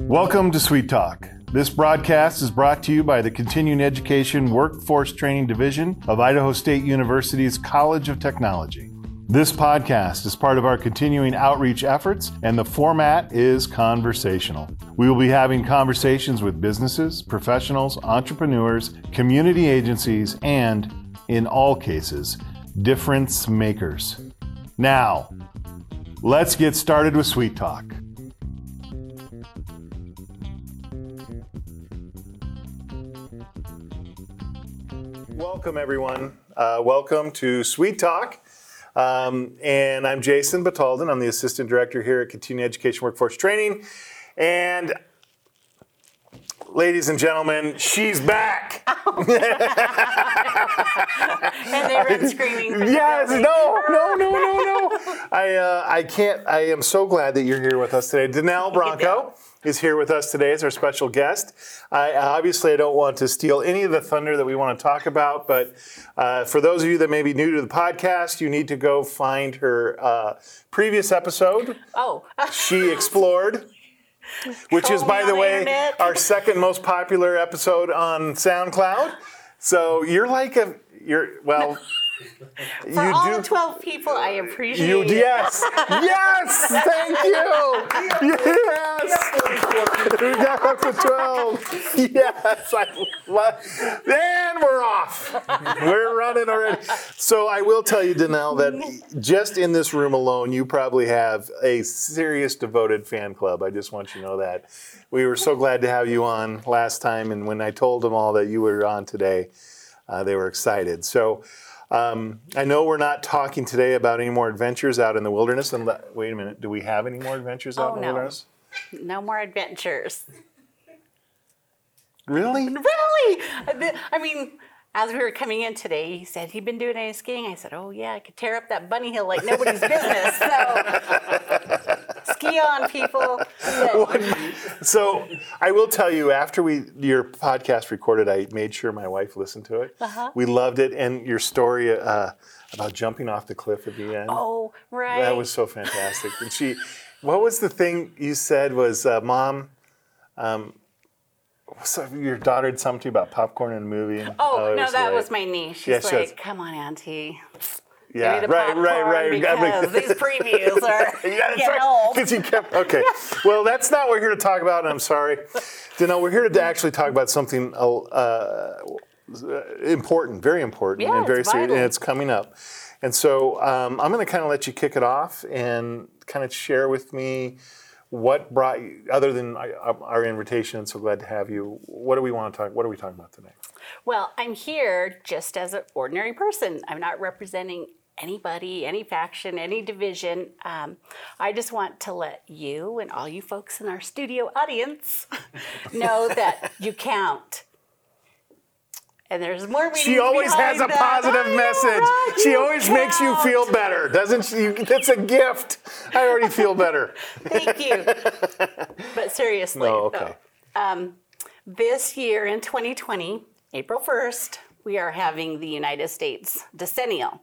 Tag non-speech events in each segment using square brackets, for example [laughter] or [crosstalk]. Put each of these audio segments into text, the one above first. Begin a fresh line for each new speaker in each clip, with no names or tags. Welcome to Sweet Talk. This broadcast is brought to you by the Continuing Education Workforce Training Division of Idaho State University's College of Technology. This podcast is part of our continuing outreach efforts, and the format is conversational. We will be having conversations with businesses, professionals, entrepreneurs, community agencies, and, in all cases, difference makers. Now, let's get started with Sweet Talk. Welcome, everyone. Uh, welcome to Sweet Talk. Um, and I'm Jason Batalden. I'm the assistant director here at Continuing Education Workforce Training. And ladies and gentlemen, she's back.
And they ran
[laughs]
screaming. [laughs] from the
yes.
building.
No. No. No. No. No. I uh, I can't. I am so glad that you're here with us today. Danelle Bronco is here with us today as our special guest. I obviously I don't want to steal any of the thunder that we want to talk about, but uh, for those of you that may be new to the podcast, you need to go find her uh, previous episode.
Oh,
She explored. Which is,
Trolling
by
on
the
the
way,
internet.
our second most popular episode on SoundCloud. So you're like a you're well.
for
you
all
do
the 12 people, I appreciate
you
it.
yes yes thank you yes we got up to twelve yes I love and we're off we're running already so I will tell you Danelle that just in this room alone you probably have a serious devoted fan club I just want you to know that we were so glad to have you on last time and when I told them all that you were on today uh, they were excited so. Um, I know we're not talking today about any more adventures out in the wilderness. And le- wait a minute, do we have any more adventures out
Oh,
in the
no.
wilderness?
No more adventures. [laughs]
Really?
Really? I mean, as we were coming in today, he said he'd been doing any skiing. I said, oh, yeah, I could tear up that bunny hill like nobody's business. So
[laughs]
ski on, people.
So I will tell you, after we your podcast recorded, I made sure my wife listened to it.
Uh-huh.
We loved it, and your story uh, about jumping off the cliff at the end.
Oh, right.
That was so fantastic. And she, what was the thing you said was, uh, Mom, um, what's up- your daughter had something to you about popcorn in a movie. and-
Oh,
it
no, that
late.
was my niece. She's
Yeah, she
like,
was-
come on, Auntie.
yeah,
Give me the
right, right,
popcorn
right. [laughs] You gotta make-
Because these previews
[laughs]
are
Yeah, that's
getting
right.
old.
Because he kept. Okay.
[laughs]
well, that's not what we're here to talk about, and I'm sorry. Danelle, we're
[laughs]
here to actually talk about something uh, important, very important,
Yeah,
and very
it's
serious, and
vital.
it's coming up. And so um, I'm going to kind of let you kick it off and kind of share with me what brought you, other than our- our invitation. And so glad to have you. What do we want to talk? What are we talking about today?
Well, I'm here just as an ordinary person. I'm not representing anybody, any faction, any division. Um, I just want to let you and all you folks in our studio audience [laughs] know that you count. And there's more meaning
She always has a
behind that.
positive
I know,
message.
right?
She
You
always makes you
count.
feel better, doesn't she? That's a gift. I already feel
[laughs]
better. [laughs]
Thank you. but seriously,
No,
though,
okay.
um, this year in 2020, April 1st, we are having the United States decennial.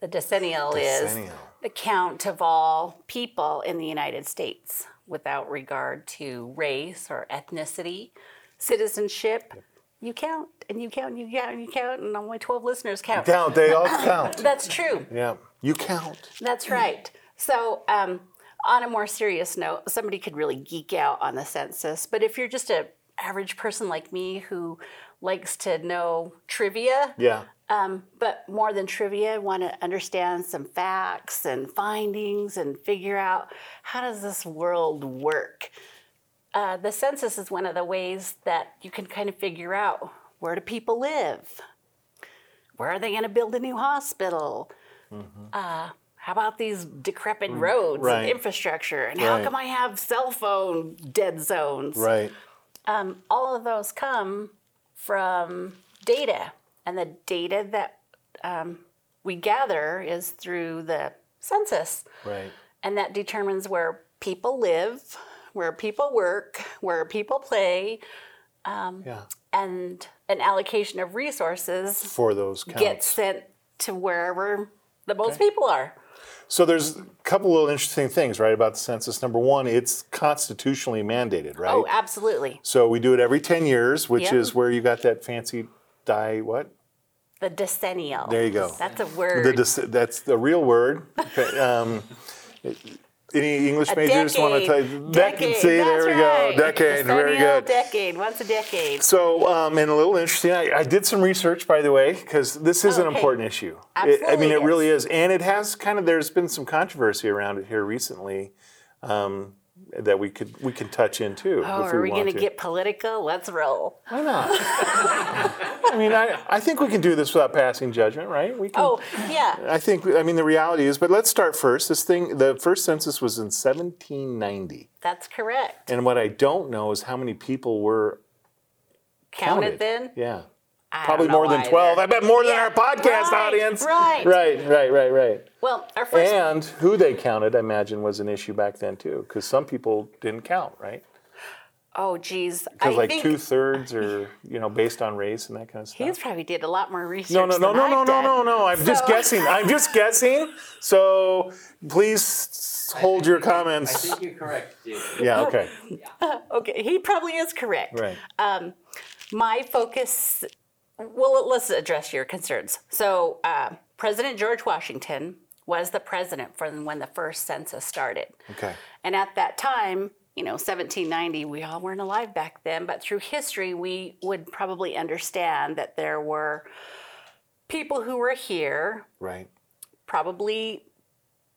The decennial, is
Decennial.
the count of all people in the United States without regard to race or ethnicity, citizenship. You count and you count and you count and you count, and only 12 listeners count.
Count. They all count.
That's true.
Yeah. You count.
That's right. So, um, on a more serious note, somebody could really geek out on the census, but if you're just a average person like me who likes to know trivia,
Yeah.
um, but more than trivia, want to understand some facts and findings and figure out how does this world work. Uh, the census is one of the ways that you can kind of figure out where do people live, where are they going to build a new hospital, uh, how about these decrepit roads
Mm-hmm. Mm, right.
and infrastructure, and how
Right.
come I have cell phone dead zones?
Right.
um, all of those come from data, and the data that um, we gather is through the census,
Right.
and that determines where people live, where people work, where people play,
Yeah.
and an allocation of resources
for those counts.
gets sent to wherever the most people are.
So there's a couple little interesting things, right, about the census. Number one, it's constitutionally mandated, right?
Oh, absolutely.
So we do it every 10 years, which
Yep.
is where you got that fancy die, what?
The decennial.
There you go.
That's a word.
The, dis- that's the real word. Okay, um, any English majors want to tell you?
Decade.
See,
that's
there we
right.
go. Decade. Very
Decennial
good.
Decade. Once a decade.
So, um, and a little interesting, I, I did some research, by the way, because this is an
Okay.
important issue. It- I
Oh, Absolutely
mean, it
is.
really is. And it has kind of, there's been some controversy around it here recently um, that we could we can touch into.
Oh,
if
are we
want
going to get political? Let's roll.
Why not? [laughs] I mean, I, I think we can do this without passing judgment, right? We can,
Oh, yeah.
I think, I mean, the reality is, but let's start first. This thing, the first census was in 1790.
That's correct.
And what I don't know is how many people were counted.
Counted then?
Yeah.
I don't
Probably
know
more than
either.
12. I bet more than
Yeah,
our podcast
right,
audience.
right.
Right, right, right, right.
Well, our first
And who they counted, I imagine, was an issue back then, too, because some people didn't count, right?
Oh, geez. I
Because like
think
two thirds or, you know, based on race and that kind of stuff.
he's probably did a lot more research.
No, no, no,
than
no,
I've
no, no,
done.
no, no. I'm just
So- [laughs]
guessing. I'm just guessing. So please s- hold your
I
comments.
think you're correct, Jason.
Yeah, okay.
Okay, he probably is correct.
Right.
My focus. Well, let's address your concerns. So, uh, President George Washington was the president from when the first census started.
Okay.
And at that time, you know, 1790, we all weren't alive back then, but through history, we would probably understand that there were people who were here,
Right.
probably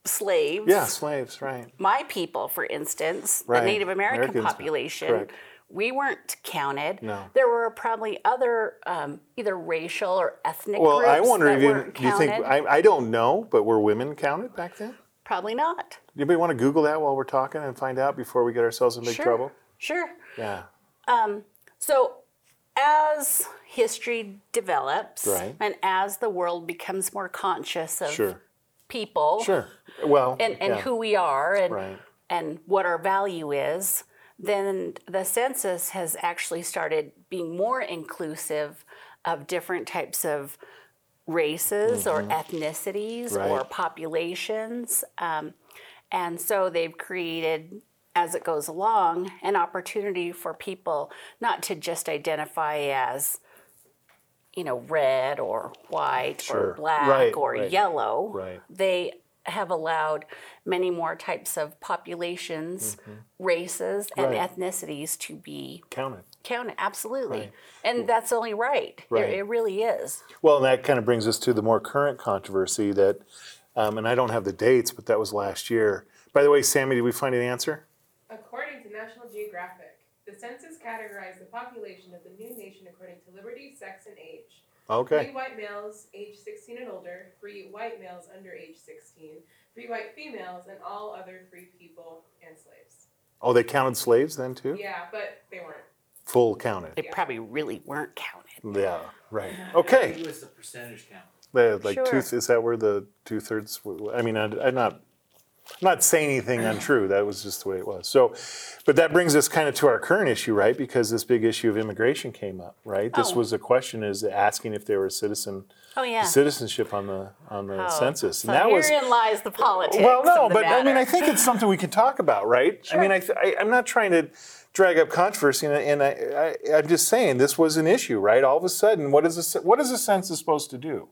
slaves.
Yeah, slaves, right.
My people, for instance,
Right.
the Native American
Americans,
population,
correct.
we weren't counted.
No.
There were probably other um, either racial or ethnic
Well,
groups
I wonder
that
if you,
weren't
do you think,
counted.
I, I don't know, but were women counted back then?
probably not.
Anybody want to Google that while we're talking and find out before we get ourselves in big
Sure.
trouble?
Sure.
Yeah.
So, as history develops
Right.
and as the world becomes more conscious of
Sure.
people
Sure. Well,
and, and
yeah.
who we are and,
Right.
and what our value is, then the census has actually started being more inclusive of different types of races or ethnicities or
Mm-hmm. Right.
populations. Um, and so they've created, as it goes along, an opportunity for people not to just identify as, you know, red or white
Sure.
or black
Right,
or
right.
yellow.
Right.
They have allowed many more types of populations, races, and
Mm-hmm. Right.
ethnicities to be
counted.
counted. Absolutely. And that's only right. It-
Right.
It, really is.
Well, and that kind of brings us to the more current controversy that, um, and I don't have the dates, but that was last year. By the way, Sammy, did we find an answer?
According to National Geographic, the census categorized the population of the new nation according to liberty, sex, and age.
Okay.
Three white males age 16 and older, three white males under age 16, three white females, and all other free people and slaves.
Oh, they counted slaves then too?
Yeah, but they weren't.
Full counted.
They probably really weren't counted.
Yeah, right.
I think
Okay.
it was the percentage count.
The- like
Sure.
two, is that where the two thirds? I mean, I, I'm not, I'm not saying anything untrue. That was just the way it was. So, but that brings us kind of to our current issue, right? Because this big issue of immigration came up, right? This
Oh.
was a question: is asking if they were a citizen,
Oh, yeah. Oh,
citizenship on the on the census,
So herein lies the politics.
Well, no,
of the
but I mean,
matter.
I think it's something we could talk about, right? I mean, I, th- I, I'm not trying to drag up controversy, and, I- and I, I, I'm just saying this was an issue, right? All of a sudden, what is a, ce- what is a census supposed to do?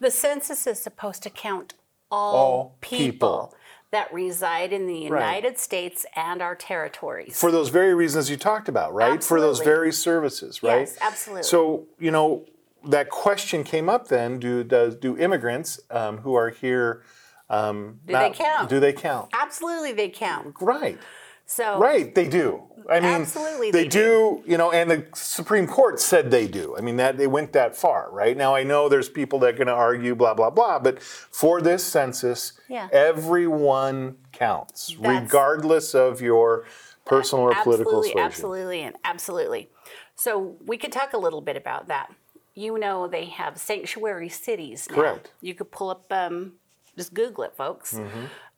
The census is supposed to count all,
All
people,
people.
that reside in the United States and our territories.
For those very reasons you talked about, right? For those
Absolutely.
very services, right?
Yes, absolutely.
So, you know, that question came up then do, does, do immigrants um, who are here. Um, do
they count?
Do they count?
Absolutely, they count.
Right.
So
Right, they do. I mean,
Absolutely
they,
they
do. You know, and the Supreme Court said they do. I mean, that they went that far, right? Now I know there's people that are going to argue, blah blah blah, but for this census,
Yeah.
everyone counts,
That's-
regardless of your personal or political
absolutely,
persuasion.
absolutely, and absolutely. So we could talk a little bit about that. You know, they have sanctuary cities. Now.
Correct. Mm-hmm.
You could pull up, um, just Google it, folks.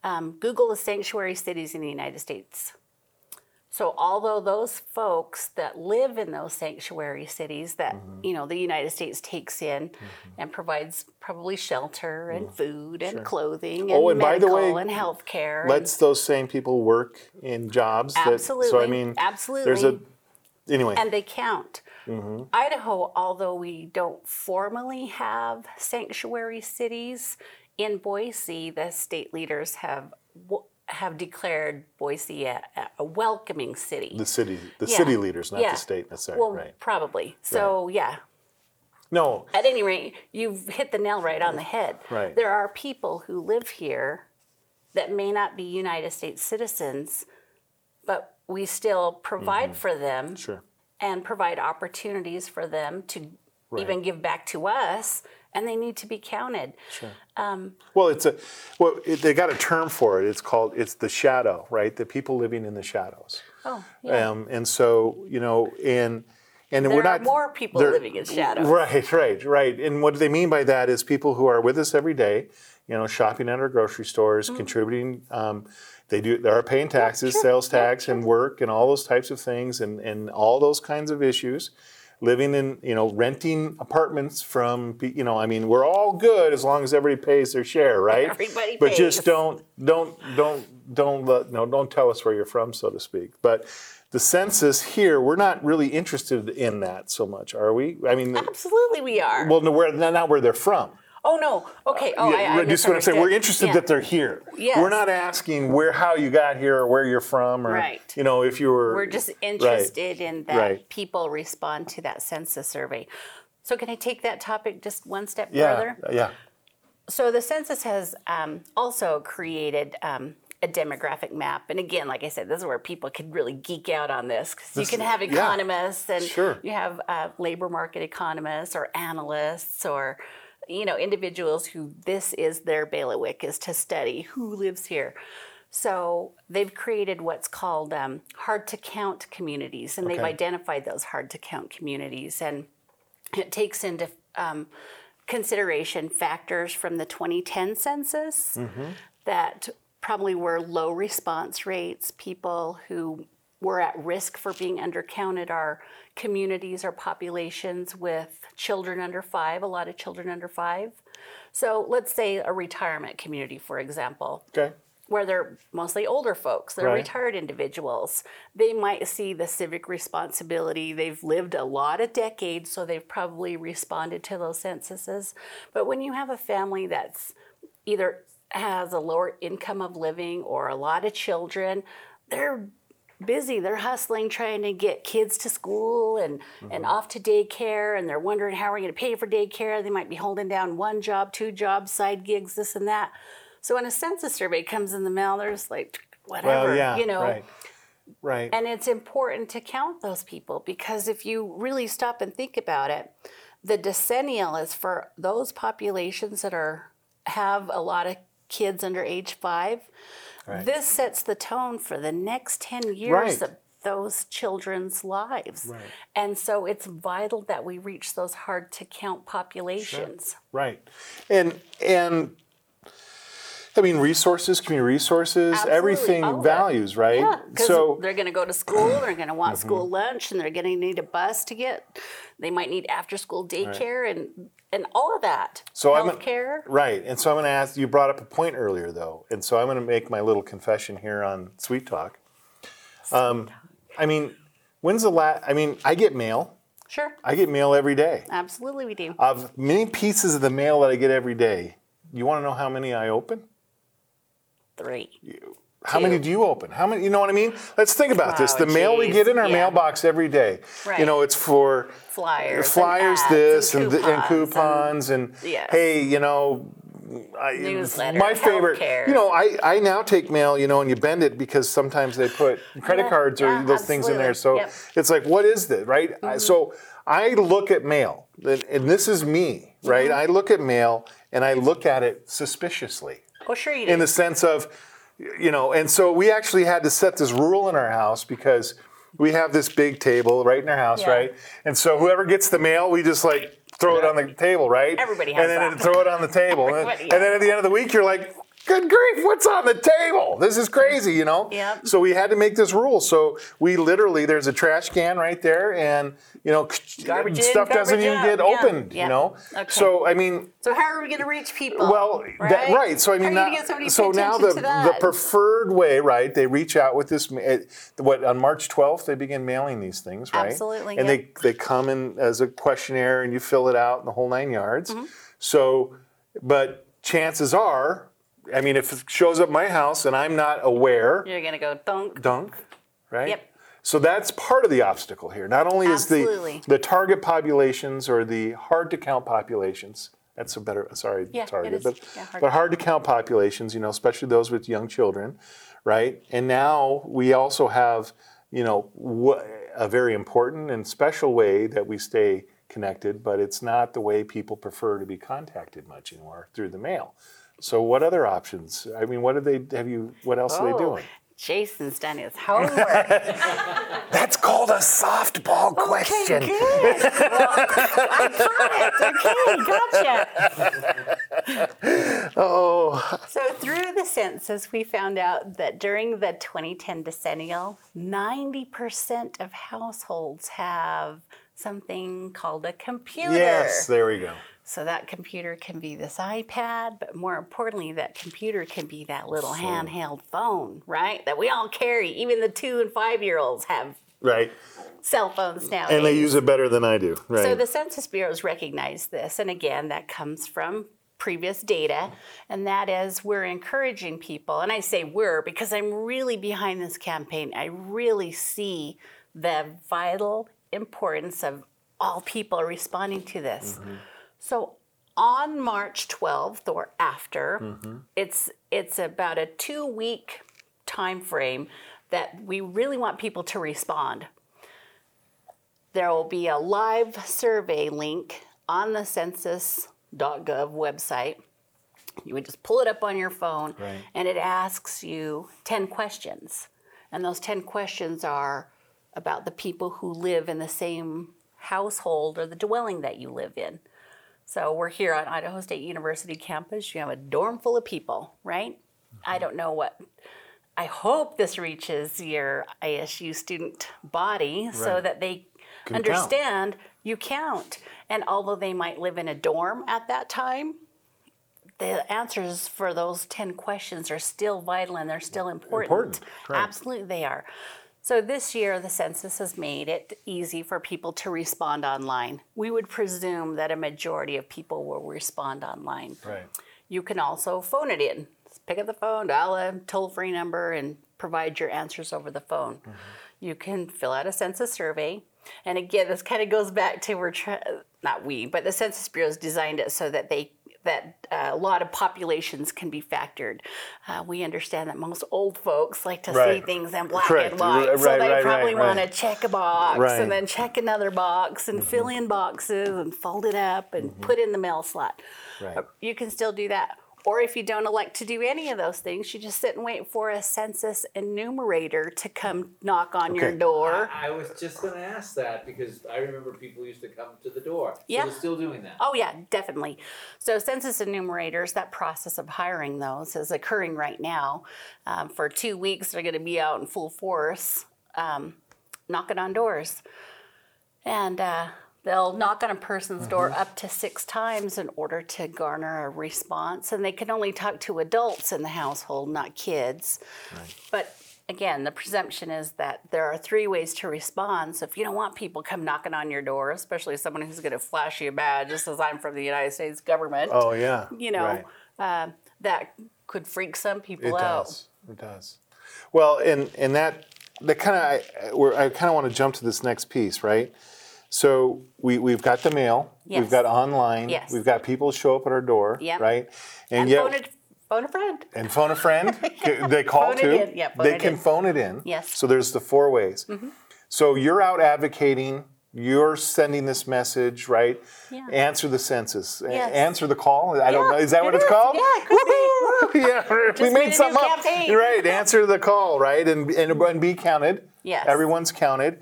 Um, Google the sanctuary cities in the United States. So although those folks that live in those sanctuary cities that
Mm-hmm.
you know the United States takes in and provides probably shelter and food and clothing
Mm. Oh,
and
and by the
medical
way,
and health care.
Let's those same people work in jobs.
absolutely
That, so I mean,
absolutely
there's a anyway.
and they count.
Mm-hmm.
Idaho, although we don't formally have sanctuary cities, in Boise, the state leaders have w- have declared Boise a, a welcoming city.
the city, the
Yeah.
city leaders, not
Yeah.
the state necessarily.
well,
right?
probably. So yeah.
No,
At any rate, you've hit the nail right on the head.
Right.
There are people who live here that may not be United States citizens, but we still provide
Mm-hmm.
for them
sure.
and provide opportunities for them to even
Right.
give back to us, and they need to be counted.
Well, it's a well. It, they got a term for it. It's called it's the shadow, right? The people living in the shadows.
Oh, yeah.
Um, and so you know, and and
there
we're
are
not
more people
there-
living in shadow.
Right, right, right. And what they mean by that is people who are with us every day, you know, shopping at our grocery stores,
Mm-hmm.
contributing. Um, they do. They are paying taxes, sales tax, and work, and all those types of things, and and all those kinds of issues. Living in, you know, renting apartments from, pe- you know, I mean, we're all good as long as everybody pays their share, right?
Everybody
But just
pays.
don't, don't, don't, don't let, no, don't tell us where you're from, so to speak. But the census here, we're not really interested in that so much, are we? I mean,
Absolutely, we are.
well, no, where, not not where they're from.
oh no. Okay. Oh,
Yeah,
I, I
right, just what I'm saying.
misunderstood.
We're interested
Yeah.
that they're here.
Yes.
We're not asking where how you got here or where you're from or
Right.
you know if you were.
We're just interested in that
Right.
people respond to that census survey. So, can I take that topic just one step
Yeah.
further?
Yeah.
So, the census has um, also created um, a demographic map. And again, like I said, this is where people could really geek out on this because you
This-
can have
yeah.
economists and
Sure.
you have uh, labor market economists or analysts or you know individuals who this is their bailiwick is to study who lives here so they've created what's called um, hard to count communities and they've
Okay.
identified those hard to count communities and it takes into um, consideration factors from the 2010 census that probably were low response rates, people who were at risk for being undercounted are communities or populations with children under five, a lot of children under five. So let's say a retirement community, for example
Okay.
where they're mostly older folks, they're
Right.
retired individuals. They might see the civic responsibility. They've lived a lot of decades, so they've probably responded to those censuses. But when you have a family that's either has a lower income of living or a lot of children, they're busy. They're hustling, trying to get kids to school and,
Mm-hmm.
and off to daycare, and they're wondering how we're going to pay for daycare. They might be holding down one job, two jobs, side gigs, this and that. So when a census survey comes in the mail, there's like whatever,
Well, Oh, yeah.
you know.
Right. Right.
And it's important to count those people because if you really stop and think about it, the decennial is for those populations that are have a lot of kids under age five.
Right.
This sets the tone for the next 10 years
Right.
of those children's lives.
Right.
And so it's vital that we reach those hard to count populations.
Right. And and I mean resources, community resources,
Absolutely, all of
everything
it.
values, right?
Yeah, because
so Mm-hmm.
they're going to go to school, they're going to want school lunch, and they're going to need a bus to get. They might need after-school daycare and and all of that.
So I'm a-
healthcare.
Right. And so I'm going to ask you brought up a point earlier, though. And so I'm going to make my little confession here on Sweet Talk. Um, I mean, when's the last? I mean, I get mail.
sure,
I get mail every day.
absolutely, we do.
Of many pieces of the mail that I get every day, you want to know how many I open?
Three.
How many
Two.
do you open? How many? You know what I mean? Let's think about this.
Wow,
The mail we
geez.
get in our
Yeah.
mailbox every day. You
Right.
know, it's for
Flyers, and
flyers,
ads
this, and, th- and
and-
coupons, and,
Yes.
hey, you know, I,
Newsletter,
my favorite.
healthcare.
You know, I, I now take mail, you know, and you bend it because sometimes they
[laughs]
put credit
Yeah,
cards or
yeah,
those things in there. So
absolutely. Yep. Mm-hmm.
it's like, what is this, right? I, so I look at mail, and and this is me, right?
Mm-hmm.
I look at mail and I look at it suspiciously
Oh, sure you do.
in the sense of, you know, and so we actually had to set this rule in our house because we have this big table right in our house,
Yeah.
right? And so whoever gets the mail, we just like throw it on the table, right?
Everybody
and
has
then
that.
throw it on the table, and,
[laughs] Everybody
and then at the end of the week, you're like. good grief, what's on the table? This is crazy, you know?
Yep.
So we had to make this rule. So we literally, there's a trash can right there, and, you know,
Garbage in,
stuff doesn't
garbage
even
out.
get
Yeah,
opened,
yeah.
you know?
Okay.
So, I mean,
So how are we going to reach people?
well, That, right. So I mean,
how
that-
are you gonna get somebody to
so
pay
now
attention
the the
to that?
preferred way, right? They reach out with this. ma- It, what on March twelfth they begin mailing these things, right?
Absolutely,
And
yeah.
they they come in as a questionnaire, and you fill it out, and the whole nine yards.
Mm-hmm.
So, but chances are, I mean, if it shows up at my house and I'm not aware,
you're going to go thunk.
dunk, right?
Yep.
So that's part of the obstacle here. Not only is
Absolutely.
the the target populations or the hard to count populations. That's a better sorry
Yeah, it
target,
is.
but
Yeah, hard
but
to
hard to count populations. You know, especially those with young children, right? And now we also have you know wha- a very important and special way that we stay connected, but it's not the way people prefer to be contacted much anymore through the mail. So what other options? I mean, what do they have you? What else are they
Oh,
doing?
Jason's
[laughs]
done his homework.
That's called a softball question.
Okay, good. Well, I got it. Okay, gotcha.
Oh,
So through the census, we found out that during the 2010 decennial, 90% of households have something called a computer.
yes, there we go.
So that computer can be this iPad, but more importantly, that computer can be that little handheld phone, right? That we all carry. Even the two and five year olds have
Right.
cell phones now.
And they use it better than I do. Right.
So the Census Bureau's recognized this, and again, that comes from previous data, and that is we're encouraging people, and I say we're because I'm really behind this campaign. I really see the vital importance of all people responding to this. So on March 12th or after, it's it's about a two week time frame that we really want people to respond there will be a live survey link on the census.gov website. You would just pull it up on your phone
Right.
and it asks you 10 questions. And those 10 questions are about the people who live in the same household or the dwelling that you live in. So we're here on Idaho State University campus. You have a dorm full of people, right?
Mm-hmm.
I don't know what I hope this reaches your ISU student body so
Right.
that they
Can count.
understand you count. And although they might live in a dorm at that time, the answers for those 10 questions are still vital and they're still important.
Important, correct.
Absolutely, they are. So this year, the census has made it easy for people to respond online. We would presume that a majority of people will respond online.
right.
You can also phone it in. Just pick up the phone, dial a toll free number, and provide your answers over the phone.
Mm-hmm.
You can fill out a census survey. And again, this kind of goes back to we're try- not we, but the Census Bureau's designed it so that they that uh, a lot of populations can be factored. Uh, we understand that most old folks like to see
Right.
things in black
Correct.
and white,
Right,
so they
right, right,
probably
right.
want to check a box
Right. Mm-hmm.
and then check another box and fill in boxes and fold it up and put in the mail slot
Right.
you can still do that. Or if you don't elect to do any of those things, you just sit and wait for a census enumerator to come knock on your
Okay.
door.
I, I was just gonna ask that because I remember people used to come to the door. So
Yeah.
They're still doing that.
Oh, yeah, definitely. So, census enumerators, that process of hiring those is occurring right now. Um, for two weeks, they're going to be out in full force um, knocking on doors. And uh, they'll knock on a person's door up to six times in order to garner a response. And they can only talk to adults in the household, not kids. But again, the presumption is that there are three ways to respond. So if you don't want people come knocking on your door, especially someone who's going to flash you a badge, just as I'm from the United States government,
Oh yeah.
you know,
Right.
uh, that could freak some people
It
out.
does. It does. Well, and and that that kind of I, where I kind of want to jump to this next piece, right? So we we've got the mail.
Yes.
We've got online.
Yes.
We've got people show up at our door.
Yep.
Right.
And
yet,
phone, a, phone a friend.
and phone a
[laughs]
friend. They call
Phone it
too.
in. Yeah, phone
they
it
can
in.
phone it in.
Yes. Mm-hmm.
So there's the four ways. So you're out advocating. You're sending this message, right?
Yeah.
Answer the census. A-
Yes.
Answer the call. I don't
Yeah,
know. Is that
it
what it's
is.
called?
Yeah, it could be.
[laughs] yeah, we
made a new
made something up.
campaign.
You're Right, answer the call, right, and and, and be counted.
Yes.
everyone's counted.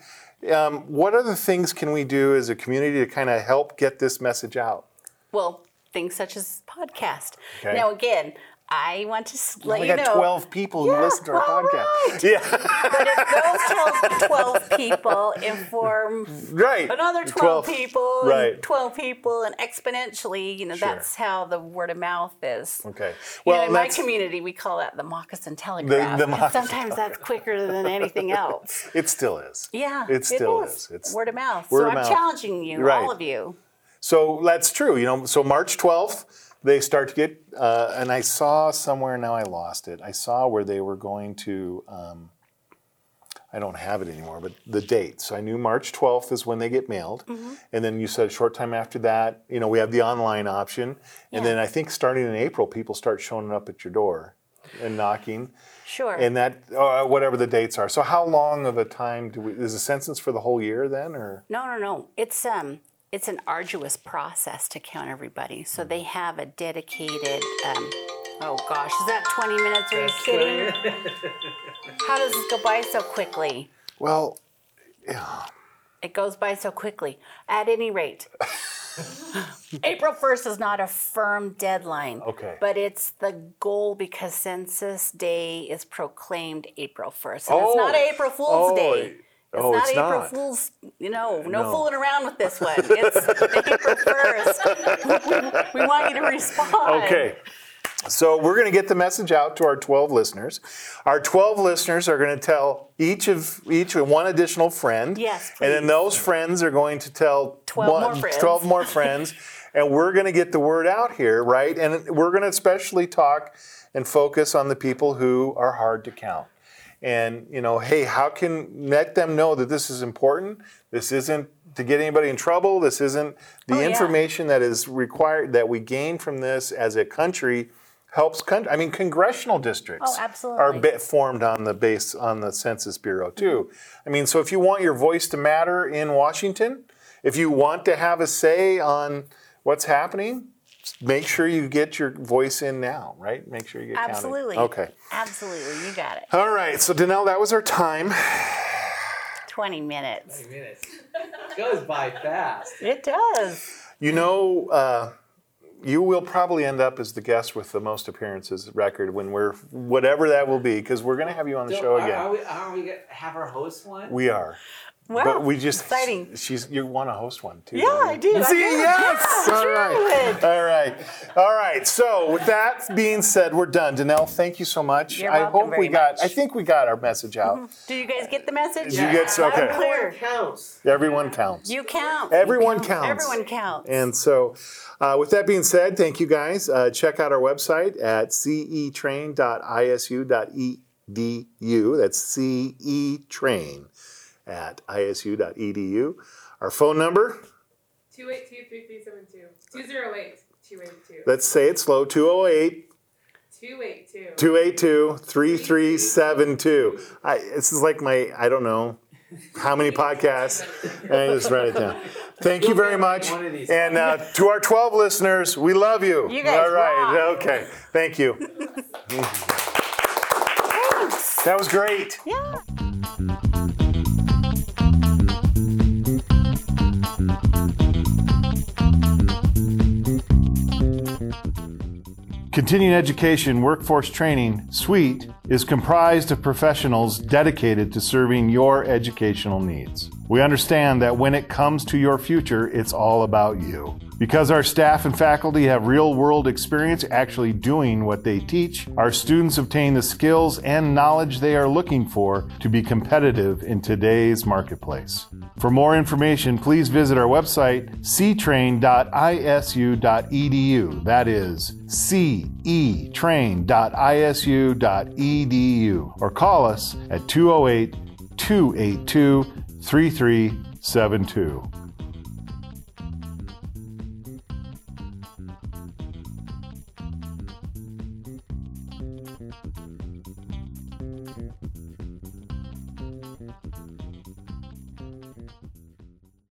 Um, what other things can we do as a community to kind of help get this message out?
Well, things such as podcast.
Okay.
Now, again, I want to s- let
we
you
got
know.
12 people who
Yeah,
listen to our
all
podcast. Yeah,
But if
[laughs]
those 12, 12 people inform
right.
another 12, people, and
Right.
12 people, and exponentially, you know,
Sure.
that's how the word of mouth is.
Okay.
Well,
Well,
in my
that's-
community, we call that the moccasin telegraph.
the
and
moccasin
sometimes that's quicker than
[laughs]
anything else.
it still is.
Yeah,
It still is. It's-
word of mouth.
word
so
of
I'm
mouth.
challenging you,
Right.
all of you.
So that's true. You know, so March 12th, they start to get, uh, and I saw somewhere, now I lost it. I saw where they were going to, um, I don't have it anymore, but the date. So I knew March 12th is when they get mailed.
Mm-hmm.
And then you said a short time after that, you know, we have the online option. And
Yeah.
then I think starting in April, people start showing up at your door and knocking.
Sure.
And that, uh, whatever the dates are. So, how long of a time do we, is the census for the whole year then, or?
No, no, no. It's um, it's an arduous process to count everybody. So they have a dedicated. Um, oh gosh, is that 20 minutes? Are you kidding? [laughs] How does this go by so quickly?
Well,
It goes by so quickly. At
[laughs]
any rate, April 1st is not a firm deadline.
Okay.
But it's the goal because Census Day is proclaimed April 1st. And
Oh.
it's not April Fool's
Oh,
Day.
oh,
not
it's
April
not.
Fool's, you know, no,
No.
fooling around with this one.
[laughs]
It's April 1st. we want you to respond.
Okay. So we're going to get the message out to our 12 listeners. Our 12 listeners are going to tell each of each one additional friend.
Yes,
And then
please.
those friends are going to tell
12
one-
more friends.
12 more
[laughs]
friends. and we're going to get the word out here, right? And we're going to especially talk and focus on the people who are hard to count. And you know, hey, how can let them know that this is important? This isn't to get anybody in trouble. This isn't the
Oh, yeah.
information that is required that we gain from this as a country helps country. I mean, congressional districts
Oh, absolutely.
are ba- formed on the base on the Census Bureau too. I mean, so if you want your voice to matter in Washington, if you want to have a say on what's happening, make sure you get your voice in now, right? Make sure you get counted.
Absolutely.
Okay.
Absolutely. You got it.
All right. So Danelle, that was our time.
20 minutes.
Twenty minutes goes by fast.
It does.
You know, uh, you will probably end up as the guest with the most appearances record when we're whatever that will be, because we're going to have you on the
Don't-
show
are- Are
again.
we, are we gonna have our host one?
We are,
Wow.
but we just
exciting.
She's you want to host one too?
Yeah,
don't
I
you?
do. I
See,
do.
yes.
Yeah,
All
sure I
right.
would.
All right. All right. So with that being said, we're done. Danelle, thank you so much.
You're
I
welcome
hope we
very
got.
much. Mm-hmm.
I think we got our message out.
Do you guys get the message?
You get so-
Loud and
okay.
clear.
counts.
Everyone counts.
You count. You
Everyone
count.
counts.
Everyone counts.
And so, uh, with that being said, thank you guys. Uh, check out our website at cetrain.isu.edu. E That's cetrain at isu.edu. E Our phone number,
282 3372. 208 282.
let's say it slow 208
282.
282 3372. This is like my, I don't know how many podcasts, and I just write it down. Thank you very much.
One of these.
And uh, to our 12 listeners, we love you.
You guys
All right,
rock.
okay. Thank
[laughs]
you.
Thanks.
That was great.
Yeah.
Continuing education workforce training suite is comprised of professionals dedicated to serving your educational needs. We understand that when it comes to your future, it's all about you. Because our staff and faculty have real world experience actually doing what they teach, our students obtain the skills and knowledge they are looking for to be competitive in today's marketplace. For more information, please visit our website, ctrain.isu.edu. e That is e cetrain.isu.edu. e Or call oh us at 208 282 3372.